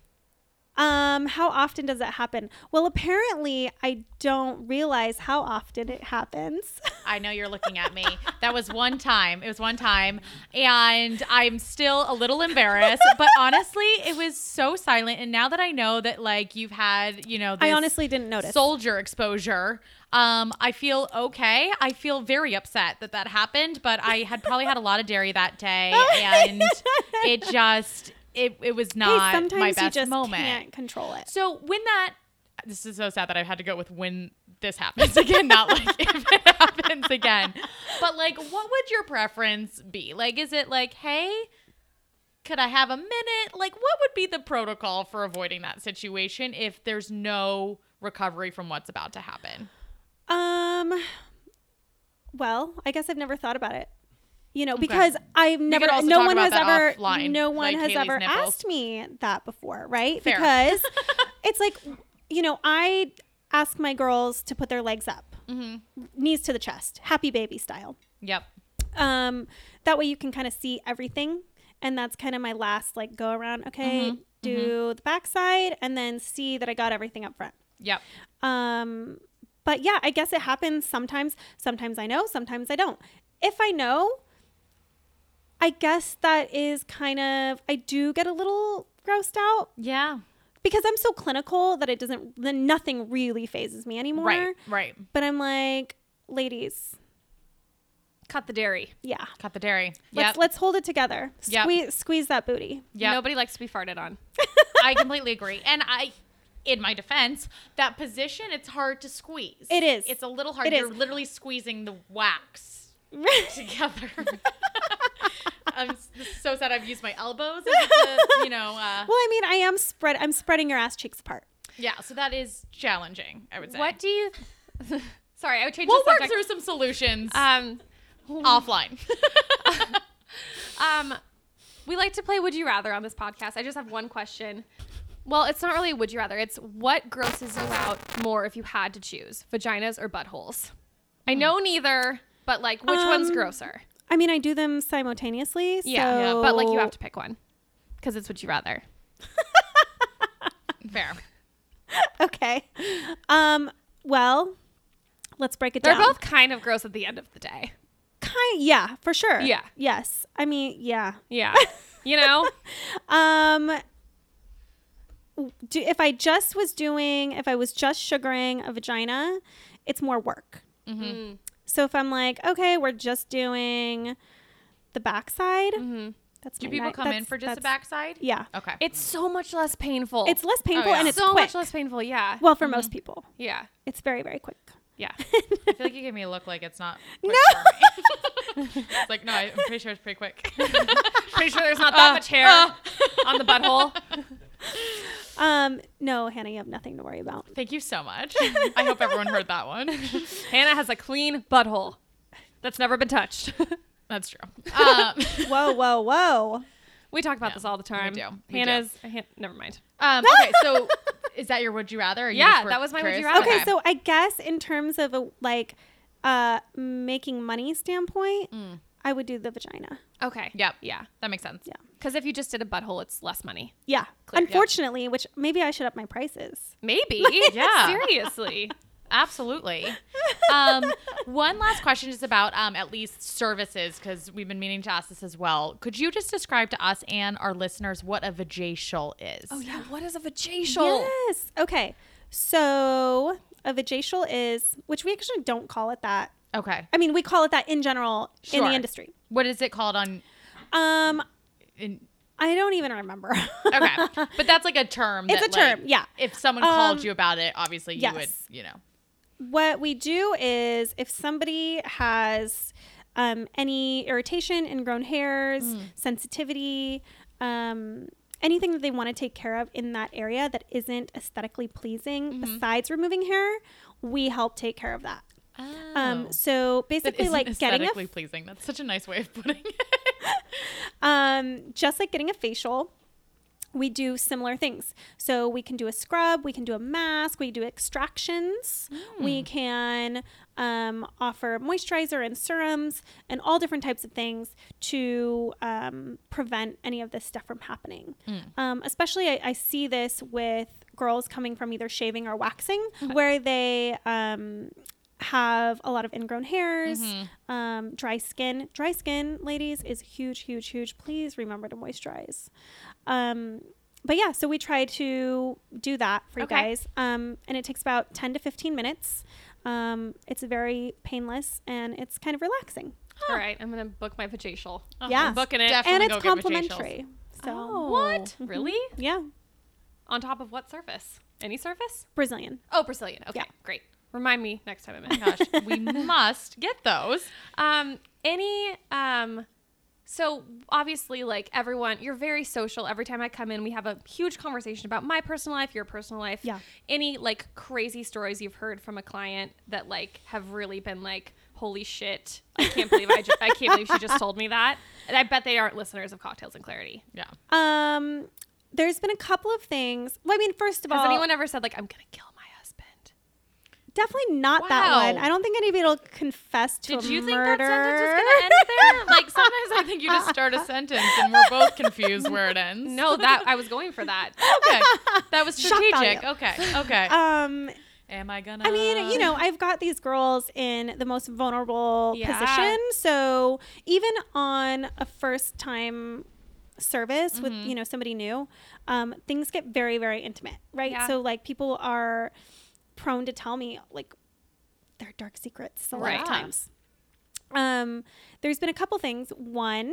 Um, how often does that happen? Well, apparently, I don't realize how often it happens.
I know you're looking at me. That was one time. It was one time. And I'm still a little embarrassed. But honestly, it was so silent. And now that I know that, like, you've had, you know,
I
this
honestly didn't notice.
soldier exposure, um, I feel okay. I feel very upset that that happened. But I had probably had a lot of dairy that day. And it just, it, it was
hey,
not
sometimes
my best
you just
moment.
can't control it.
So when that, this is so sad that I've had to go with when this happens again, not like if it happens again. But like, what would your preference be? Like, is it like, hey, could I have a minute? Like, what would be the protocol for avoiding that situation if there's no recovery from what's about to happen?
Um, well, I guess I've never thought about it. You know, because I've never,
could also
no
talk
one
about
has
that
ever,
offline,
no one
like
has
Haley's
ever
nipples.
asked me that before, right?
Fair.
Because it's like, you know, I ask my girls to put their legs up,
Mm-hmm.
knees to the chest, happy baby style.
Yep.
um that way you can kind of see everything and that's kind of my last like go around okay
Mm-hmm.
do the backside and then see that i got everything up front
Yep.
um but yeah i guess it happens sometimes sometimes i know sometimes i don't if i know i guess that is kind of i do get a little grossed out
Yeah.
because i'm so clinical that it doesn't then nothing really phases me anymore
Right. Right.
but i'm like ladies
Cut the dairy.
yeah
Cut the dairy.
Let's
Yep.
let's hold it together.
Yep.
Squeeze squeeze that booty.
Yep.
Nobody likes to be farted on.
I completely agree. And I, in my defense, that position, it's hard to squeeze.
It is.
It's a little hard.
It
You're
is.
literally squeezing the wax together. I'm s- so sad I've used my elbows. As a, you know, uh,
Well, I mean, I am spread. I'm spreading your ass cheeks apart.
yeah, so that is challenging, I would say.
What do you? Sorry, I would change
we'll
the
work
subject.
through some solutions
Uh,
um,
offline.
um, we like to play Would You Rather on this podcast. I just have one question. Well, it's not really would you rather. It's what grosses you out more if you had to choose vaginas or buttholes? I know neither, but like which one's
Um,
grosser?
I mean, I do them simultaneously.
Yeah, yeah, but like you have
so-
to pick one because it's would you rather.
Fair.
Okay. Um. Well, let's break it
They're
down.
both kind of gross at the end of the day.
kind. Yeah, for sure.
Yeah.
Yes. I mean, yeah.
Yeah. You know?
Um. Do, if I just was doing, if I was just sugaring a vagina, it's more work.
Mm-hmm.
Mm.
So if I'm like, okay, we're just doing the backside,
Mhm.
that's
Mm-hmm. Do
my
people
night-
come in
that's-
for just the
that's-
backside?
Yeah,
Okay.
It's so much less painful.
it's less painful
yeah.
and it's
so
quick.
much less painful. Yeah.
well, for most people,
yeah.
it's very very quick.
Yeah.
Mm-hmm. I feel like you gave me a look like it's not. Quick no. it's like no, I'm pretty sure it's pretty quick.
Pretty sure there's not that much hair on the butthole.
Um, no, Hannah, you have nothing to worry about.
Thank you so much. I hope everyone heard that one.
Hannah has a clean butthole that's never been touched.
That's true. Um,
Whoa, whoa, whoa!
we talk about
Yeah,
this all the time.
do. We do.
Hannah's. Han- never mind.
um, okay, so is that your would you rather? or you
Yeah,
just were
that was my would you
curious?
rather.
Okay, so I guess in terms of a, like uh making money standpoint,
Mm.
I would do the vagina.
Okay.
Yep.
Yeah.
that makes sense.
Yeah.
Because if you just did a butthole, it's less money.
Yeah,
Clear, yeah.
unfortunately, which maybe I should up my prices.
Maybe.
Yeah.
Seriously.
Absolutely. Um, one last question is about um, at least services because we've been meaning to ask this as well. Could you just describe to us and our listeners what a vajacial is?
Oh yeah. What is a vajacial?
Yes. Okay. So a vajacial is, which we actually don't call it that.
Okay.
I mean, we call it that in general in
Sure.
the industry.
What is it called on?
Um,
In,
I don't even remember.
okay, but that's like a term.
It's
that,
a term,
like,
yeah.
If someone called
Um,
you about it, obviously you would.
yes.
You know.
what we do is if somebody has um, any irritation in grown hairs,
Mm.
sensitivity, um, anything that they want to take care of in that area that isn't aesthetically pleasing,
Mm-hmm.
besides removing hair, we help take care of that. Um, so
Oh. That
basically,
isn't
like getting a
aesthetically pleasing. That's such a nice way of putting it.
um, just like getting a facial we do similar things so we can do a scrub we can do a mask we do extractions we can um, offer moisturizer and serums and all different types of things to um, prevent any of this stuff from happening um, especially I, I see this with girls coming from either shaving or waxing where they um, have a lot of ingrown hairs,
Mm-hmm.
um, dry skin. Dry skin, ladies, is huge, huge, huge. Please remember to moisturize. Um, but yeah, so we try to do that for you
Okay.
guys. Um, and it takes about 10 to 15 minutes. Um, it's very painless and it's kind of relaxing.
All right. I'm gonna book my vajacial.
Yeah.
I'm
Oh, Booking it. Oh.
Definitely
and
go
it's
get vajacials.
complimentary. So,
What? Really?
yeah,
On top of what surface? Any surface?
Brazilian.
Oh, Brazilian. Okay,
Yeah.
great. Remind me next time I'm in.
Gosh, we must get those.
um, any um, so obviously like everyone, you're very social. Every time I come in, we have a huge conversation about my personal life, your personal life.
Yeah.
Any like crazy stories you've heard from a client that like have really been like, holy shit, I can't believe I, ju- I can't believe she just told me that. And I bet they aren't listeners of Cocktails and Clarity.
Yeah.
Um, there's been a couple of things. Well, I mean, first of
Has
all,
anyone ever said like, I'm gonna kill my husband?
Definitely not that one.
Wow.
I don't think anybody will confess to
Did
a
you think
murder.
that sentence was gonna end there? Like sometimes I think you just start a sentence and we're both confused where it ends.
No, that I was going for that.
Okay. That was
Shock value.
strategic. Okay. Okay.
Um,
Am I gonna
I mean, you know, I've got these girls in the most vulnerable
Yeah.
position. So even on a first time service with
Mm-hmm.
you know somebody new, um, things get very very intimate, right?
Yeah.
So like people are prone to tell me like their dark secrets a lot
Right.
of times. Um, there's been a couple things. One,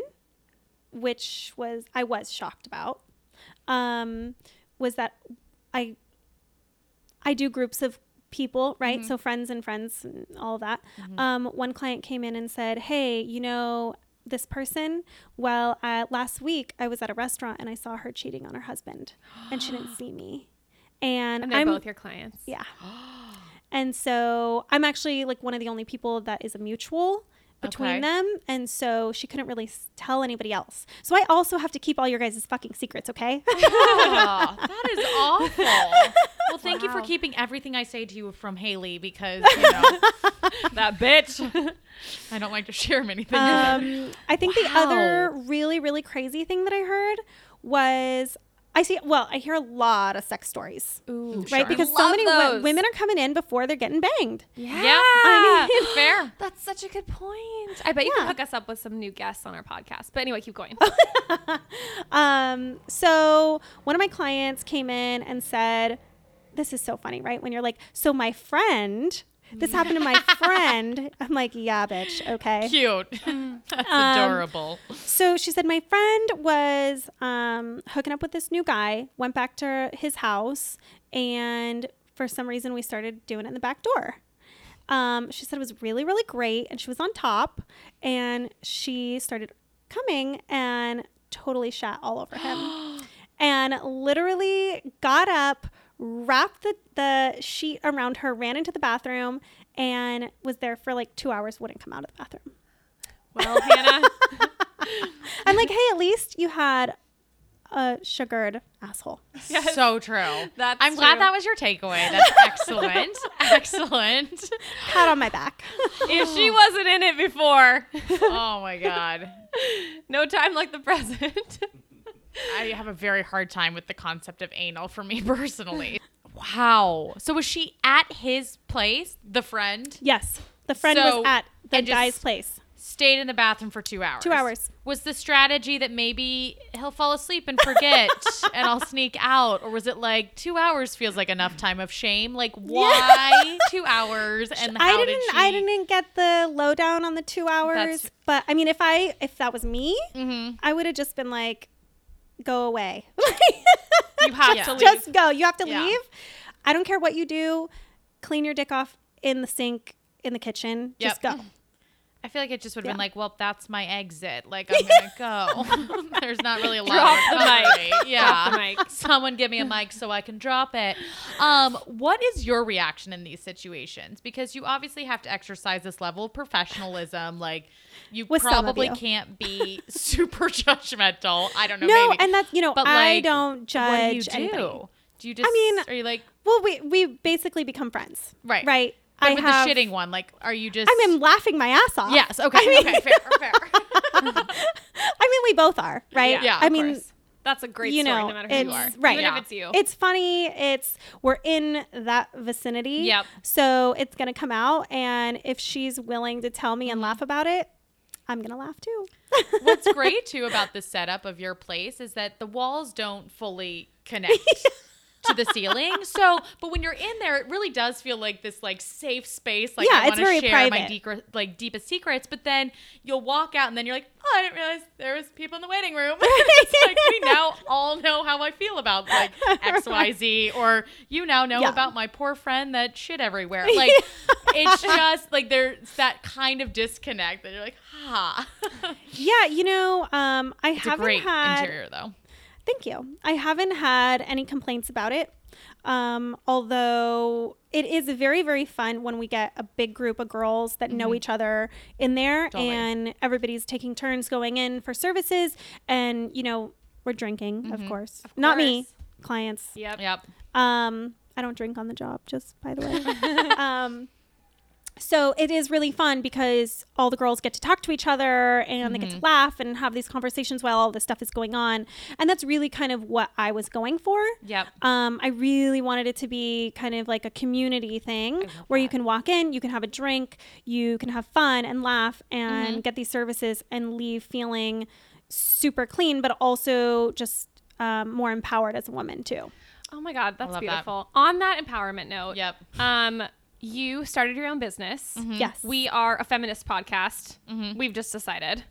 which was I was shocked about, um, was that I I do groups of people, right? So friends and friends and all of that. Um, one client came in and said, "Hey, you know this person? Well, uh, last week I was at a restaurant and I saw her cheating on her husband, and she didn't see me." And,
And they're
I'm,
both your clients.
yeah. and so I'm actually like one of the only people that is a mutual between
Okay.
them. And so she couldn't really s- tell anybody else. So I also have to keep all your guys' fucking secrets, okay?
Aw, that is awful. Well, thank you for
Wow.
keeping everything I say to you from Haley because you know that bitch. I don't like to share many things.
um, I think the other really, really crazy thing that I heard was I see, well, I hear a lot of sex stories,
Ooh,
right?
Sure.
Because so
Love
many wo-
those.
women are coming in before they're getting banged.
yeah.
yeah, I mean, fair.
That's such a good point. I bet you can
Yeah.
hook us up with some new guests on our podcast. But anyway, keep going.
Um, so one of my clients came in and said, This is so funny, right? When you're like, So my friend, this happened to my friend. I'm like, Yeah, bitch, okay.
Cute. That's
Um,
adorable.
So she said, My friend was um, hooking up with this new guy, went back to his house, and for some reason we started doing it in the back door. Um, she said it was really, really great, and she was on top, and she started coming and totally shat all over him. and literally got up, wrapped the, the sheet around her, ran into the bathroom, and was there for like two hours, wouldn't come out of the bathroom.
Well, Hannah,
I'm like, hey, at least you had a sugared asshole.
So true.
That's
I'm glad
true.
that was your takeaway. That's excellent. excellent.
Pat on my back.
if she wasn't in it before,
Oh my god.
no time like the present.
I have a very hard time with the concept of anal for me personally. Wow. So was she at his place, the friend?
yes. The friend
So-
was at the
and just-
guy's place.
stayed in the bathroom for two hours.
Two hours.
Was the strategy that maybe he'll fall asleep and forget and I'll sneak out? Or was it like two hours feels like enough time of shame? Like why two hours and how
I didn't
did she
I didn't get the lowdown on the two hours.
That's-
but I mean if I if that was me,
Mhm.
I would have just been like, go away.
You have
Just-
to leave.
just go. You have to
Yeah.
leave. I don't care what you do. Clean your dick off in the sink, in the kitchen. Just
Yep.
go.
I feel like it just would have been
Yeah.
like, well, that's my exit. Like I'm gonna go. There's not really a lot
Drop the
of
mic.
recovery. Yeah.
the mic.
Someone give me a mic so I can drop it. Um, what is your reaction in these situations? Because you obviously have to exercise this level of professionalism. Like you
With some of
probably
you.
can't be super judgmental. I don't know.
No,
maybe.
and that's you know,
But,
I
like,
don't judge
what do you do?
anybody.
Do you just?
mean,
are you like
Well, we we basically become friends.
Right.
Right.
but
I
with
have,
the shitting one? Like, are you just?
I mean, I'm laughing my ass off.
yes. Okay.
I mean,
okay. Fair. Fair.
I mean, we both are, right?
Yeah, yeah,
I
of
mean,
course.
That's a great
you
story,
know,
no matter who
it's
you are.
right.
Even
Yeah.
if it's you.
It's funny. It's we're in that vicinity.
Yep.
So it's gonna come out, and if she's willing to tell me and laugh about it, I'm gonna laugh too.
What's great too about the setup of your place is that the walls don't fully connect to the ceiling. So, but when you're in there, it really does feel like this like safe space. Like
Yeah,
I
it's
want to
very
share my
private.
decre- like deepest secrets. But then you'll walk out and then you're like, oh, I didn't realize there was people in the waiting room. it's like we now all know how I feel about like X, Y, Z, or you now know
Yeah.
about my poor friend that shit everywhere. Like it's just like there's that kind of disconnect that you're like, ha.
Yeah. You know, um, I
It's a
haven't
great
had.
interior, though.
Thank you. I haven't had any complaints about it. Um, although it is very, very fun when we get a big group of girls that know each other in there
Totally.
and everybody's taking turns going in for services. And, you know, we're drinking, Mm-hmm. of, course. Not me, clients.
Yep.
Yep.
Um, I don't drink on the job, just by the way. um, so it is really fun because all the girls get to talk to each other and they get to laugh and have these conversations while all this stuff is going on. And that's really kind of what I was going for.
Yep.
Um, I really wanted it to be kind of like a community thing where you can walk in, you can have a drink, you can have fun and laugh and get these services and leave feeling super clean, but also just um, more empowered as a woman, too.
Oh my God, that's
love that.
beautiful. On that empowerment note,
Yep.
um, you started your own business.
Mm-hmm.
Yes.
Mm-hmm. We are a feminist podcast. We've just decided.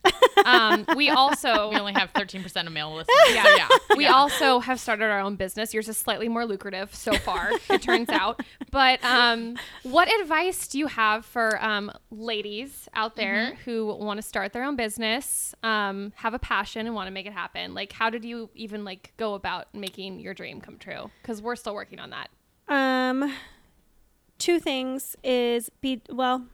um, we also
We only have 13% of male listeners. so Yeah. yeah.
we also have started our own business. Yours is slightly more lucrative so far, it turns out. But um, what advice do you have for um, ladies out there who want to start their own business, um, have a passion, and want to make it happen? Like, how did you even like go about making your dream come true? Because we're still working on that.
Um, two things is be well,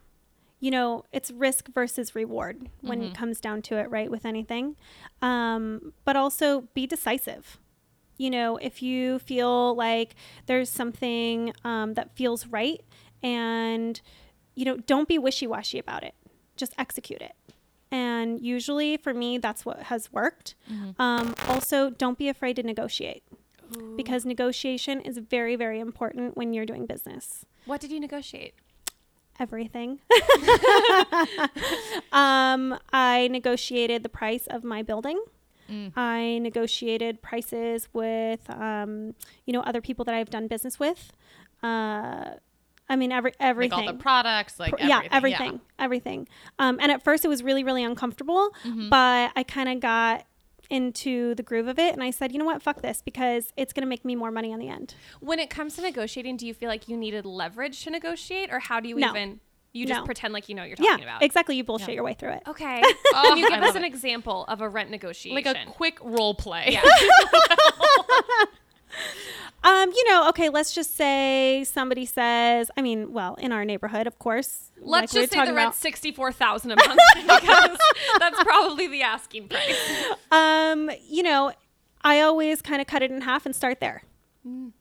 you know, it's risk versus reward when it comes down to it, right? With anything. Um, but also be decisive. You know, if you feel like there's something um, that feels right and, you know, don't be wishy washy about it, just execute it. And usually for me, that's what has worked. Um, also, don't be afraid to negotiate
Mm-hmm.
because negotiation is very, very important when you're doing business
What did you negotiate?
everything. um, I negotiated the price of my building.
Mm.
I negotiated prices with, um, you know, other people that I've done business with. Uh, I mean, every
Like
everything.
all the products, like
Pr-
everything.
yeah, everything, everything. Um, and at first, it was really, really uncomfortable,
Mm-hmm.
but I kind of got into the groove of it, and I said, you know what, fuck this, because it's gonna make me more money on the end.
When it comes to negotiating, do you feel like you needed leverage to negotiate, or how do you
No.
even? You just
No.
pretend like you know what you're
Yeah,
talking about.
exactly. You bullshit your way through it.
okay.
Oh,
Can you
I
give us
love
an
it.
example of a rent negotiation?
Like a quick role play.
Yeah.
Um, you know, okay, let's just say somebody says, I mean, well, in our neighborhood, of course.
Let's
like we
just
were
say the
talking
rent's sixty four thousand a month because that's probably the asking price.
about, um, you know, I always kind of cut it in half and start there.
Mm.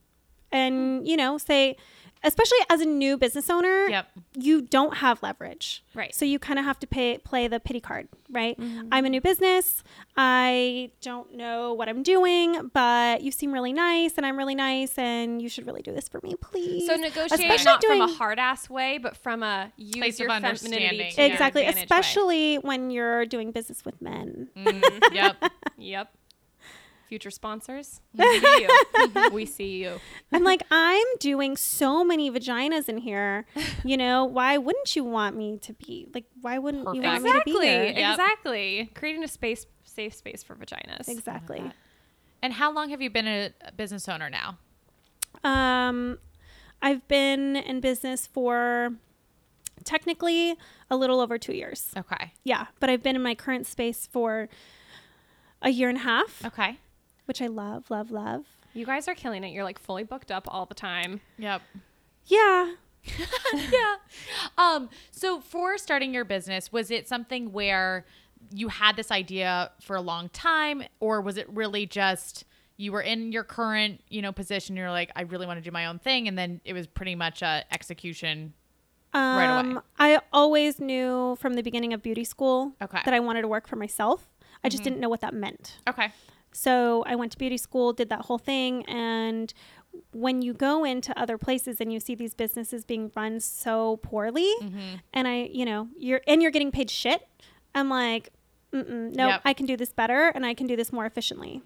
And, you know, say especially as a new business owner,
Yep.
you don't have leverage.
Right. Mm-hmm.
So you kind of have to pay play the pity card, right? I'm a new business. I don't know what I'm doing, but you seem really nice and I'm really nice and you should really do this for me, please.
So negotiate
Especially
not from a
doing-
hard ass way, but from a use
Place
your
of
femininity
understanding.
to your
Exactly,
advantage way.
especially when you're doing business with men.
Mm, yep.
Yep. Future sponsors, we see you. we see you.
I'm like, I'm doing so many vaginas in here. You know, why wouldn't you want me to be like? Why wouldn't you want me to be
Exactly.
here?
Yep.
Exactly. Creating a space, safe space for vaginas.
Exactly.
And how long have you been a business owner now?
Um, I've been in business for technically a little over two years.
Okay.
Yeah, but I've been in my current space for a year and a half,
Okay.
which I love, love, love.
You guys are killing it. You're like fully booked up all the time.
Yep.
Yeah,
yeah. Um, so for starting your business, was it something where you had this idea for a long time, or was it really just you were in your current, you know, position, you're like, I really want to do my own thing, and then it was pretty much a execution.
um,
Right away.
I always knew from the beginning of beauty school
Okay. Mm-hmm.
that I wanted to work for myself. I just didn't know what that meant.
Okay.
So I went to beauty school, did that whole thing. And when you go into other places and you see these businesses being run so poorly, and I, you know, you're and you're getting paid shit, I'm like, Mm-mm, no,
Yep.
I can do this better and I can do this more efficiently.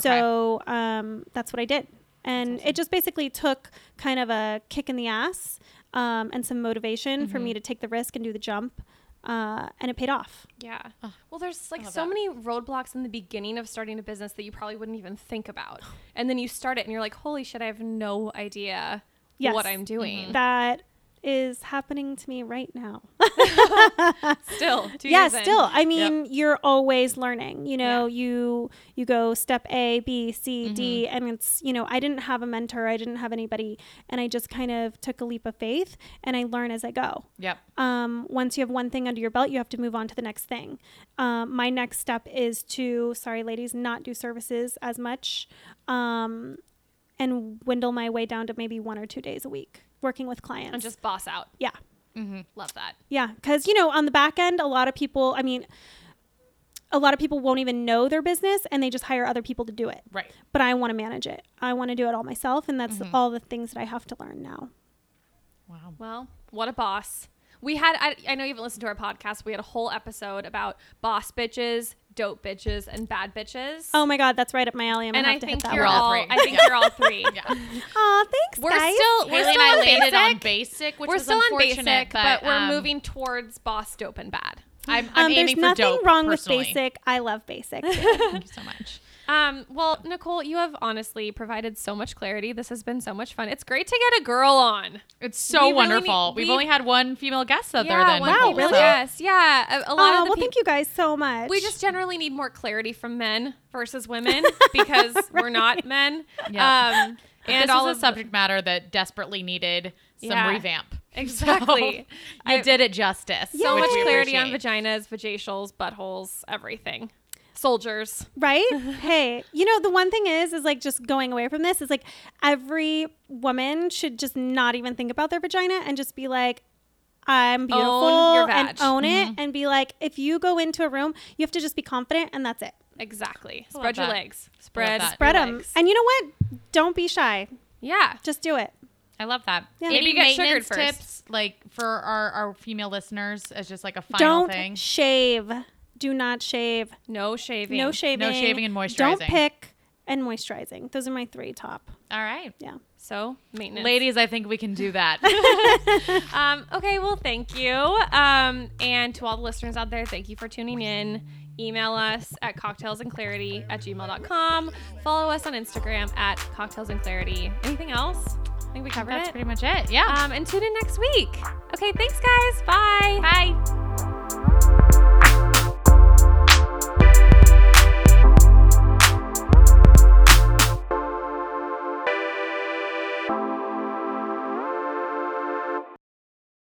So um, that's what I did. And it just basically took kind of a kick in the ass um, and some motivation for me to take the risk and do the jump. Uh, and it paid off.
Yeah. Well, there's like
love
so
that.
many roadblocks in the beginning of starting a business that you probably wouldn't even think about. And then you start it and you're like, holy shit, I have no idea
Yes.
what I'm doing.
That is happening to me right now.
Mm-hmm.
Still, two
yeah
years in.
still i mean you're always learning you know you you go step A, B, C, D,
Mm-hmm.
and it's you know i didn't have a mentor i didn't have anybody and i just kind of took a leap of faith and i learn as i go
Yep.
um, once you have one thing under your belt you have to move on to the next thing um, my next step is to sorry ladies not do services as much um, and dwindle my way down to maybe one or two days a week working with clients
And just boss out.
yeah
Love that.
yeah, because you know, on the back end, a lot of people. I mean, a lot of people won't even know their business, and they just hire other people to do it.
Right.
But I want to manage it. I want to do it all myself, and that's
Mm-hmm.
all the things that I have to learn now.
Wow.
Well, what a boss. We had, I, I know you haven't listened to our podcast. We had a whole episode about boss bitches, dope bitches, and bad bitches.
Oh my God, that's right up my alley. I'm
and
gonna have
I
to
think
hit that
you're
one.
one.
all,
All three.
I think
Yeah.
you're all three.
Yeah.
Aw, thanks,
We're
guys.
still, we're
Haley and
still
I
on
landed
basic.
on basic, which
we're
was
still on
unfortunate,
basic, but, we're
um,
moving towards boss, dope, and bad.
I'm, I'm
Um, there's
aiming for
nothing
dope,
wrong
personally.
with basic. I love basic.
Thank you so much.
Um, well, Nicole, you have honestly provided so much clarity. This has been so much fun. It's great to get a girl on.
It's so
We really
wonderful.
need-
We've
we-
only had one female guest other
yeah,
than
one
Wow,
female
really?
guest. Yeah, a, a lot
Aw,
of the
well, thank you guys so much.
We just generally need more clarity from men versus women because we're not men.
Yeah.
Um,
And
and
this
all
is
of
a
the-
subject matter that desperately needed some
Yeah.
revamp.
Exactly.
I did it justice.
So
which
much
we
clarity on
appreciate.
vaginas, vaginals, buttholes, everything. Soldiers.
Right? hey, you know, the one thing is, is like just going away from this is like every woman should just not even think about their vagina and just be like, I'm beautiful
your
and
vag.
own
Mm-hmm.
it and be like, if you go into a room, you have to just be confident and that's it.
Exactly.
I love
Spread your
that.
legs. Spread.
that.
Spread
your
'em.
legs.
And you know what? Don't be shy.
Yeah.
Just do it.
I love that.
Yeah.
Any
Maybe
get sugared
maintenance
first.
tips like for our, our female listeners as just like a final
Don't
thing?
shave. Do not shave.
No shaving.
No shaving.
No shaving and
Don't
moisturizing.
pick and moisturizing. Those are my three top.
All right.
Yeah.
So maintenance.
Ladies, I think we can do that.
Um, okay, well, thank you. Um, and to all the listeners out there, thank you for tuning in. Email us at cocktailsandclarity at gmail.com. Follow us on Instagram at cocktailsandclarity. Anything else? I think we covered
That's
it.
pretty much it. Yeah.
um, and tune in next week. Okay, thanks, guys. Bye. Bye.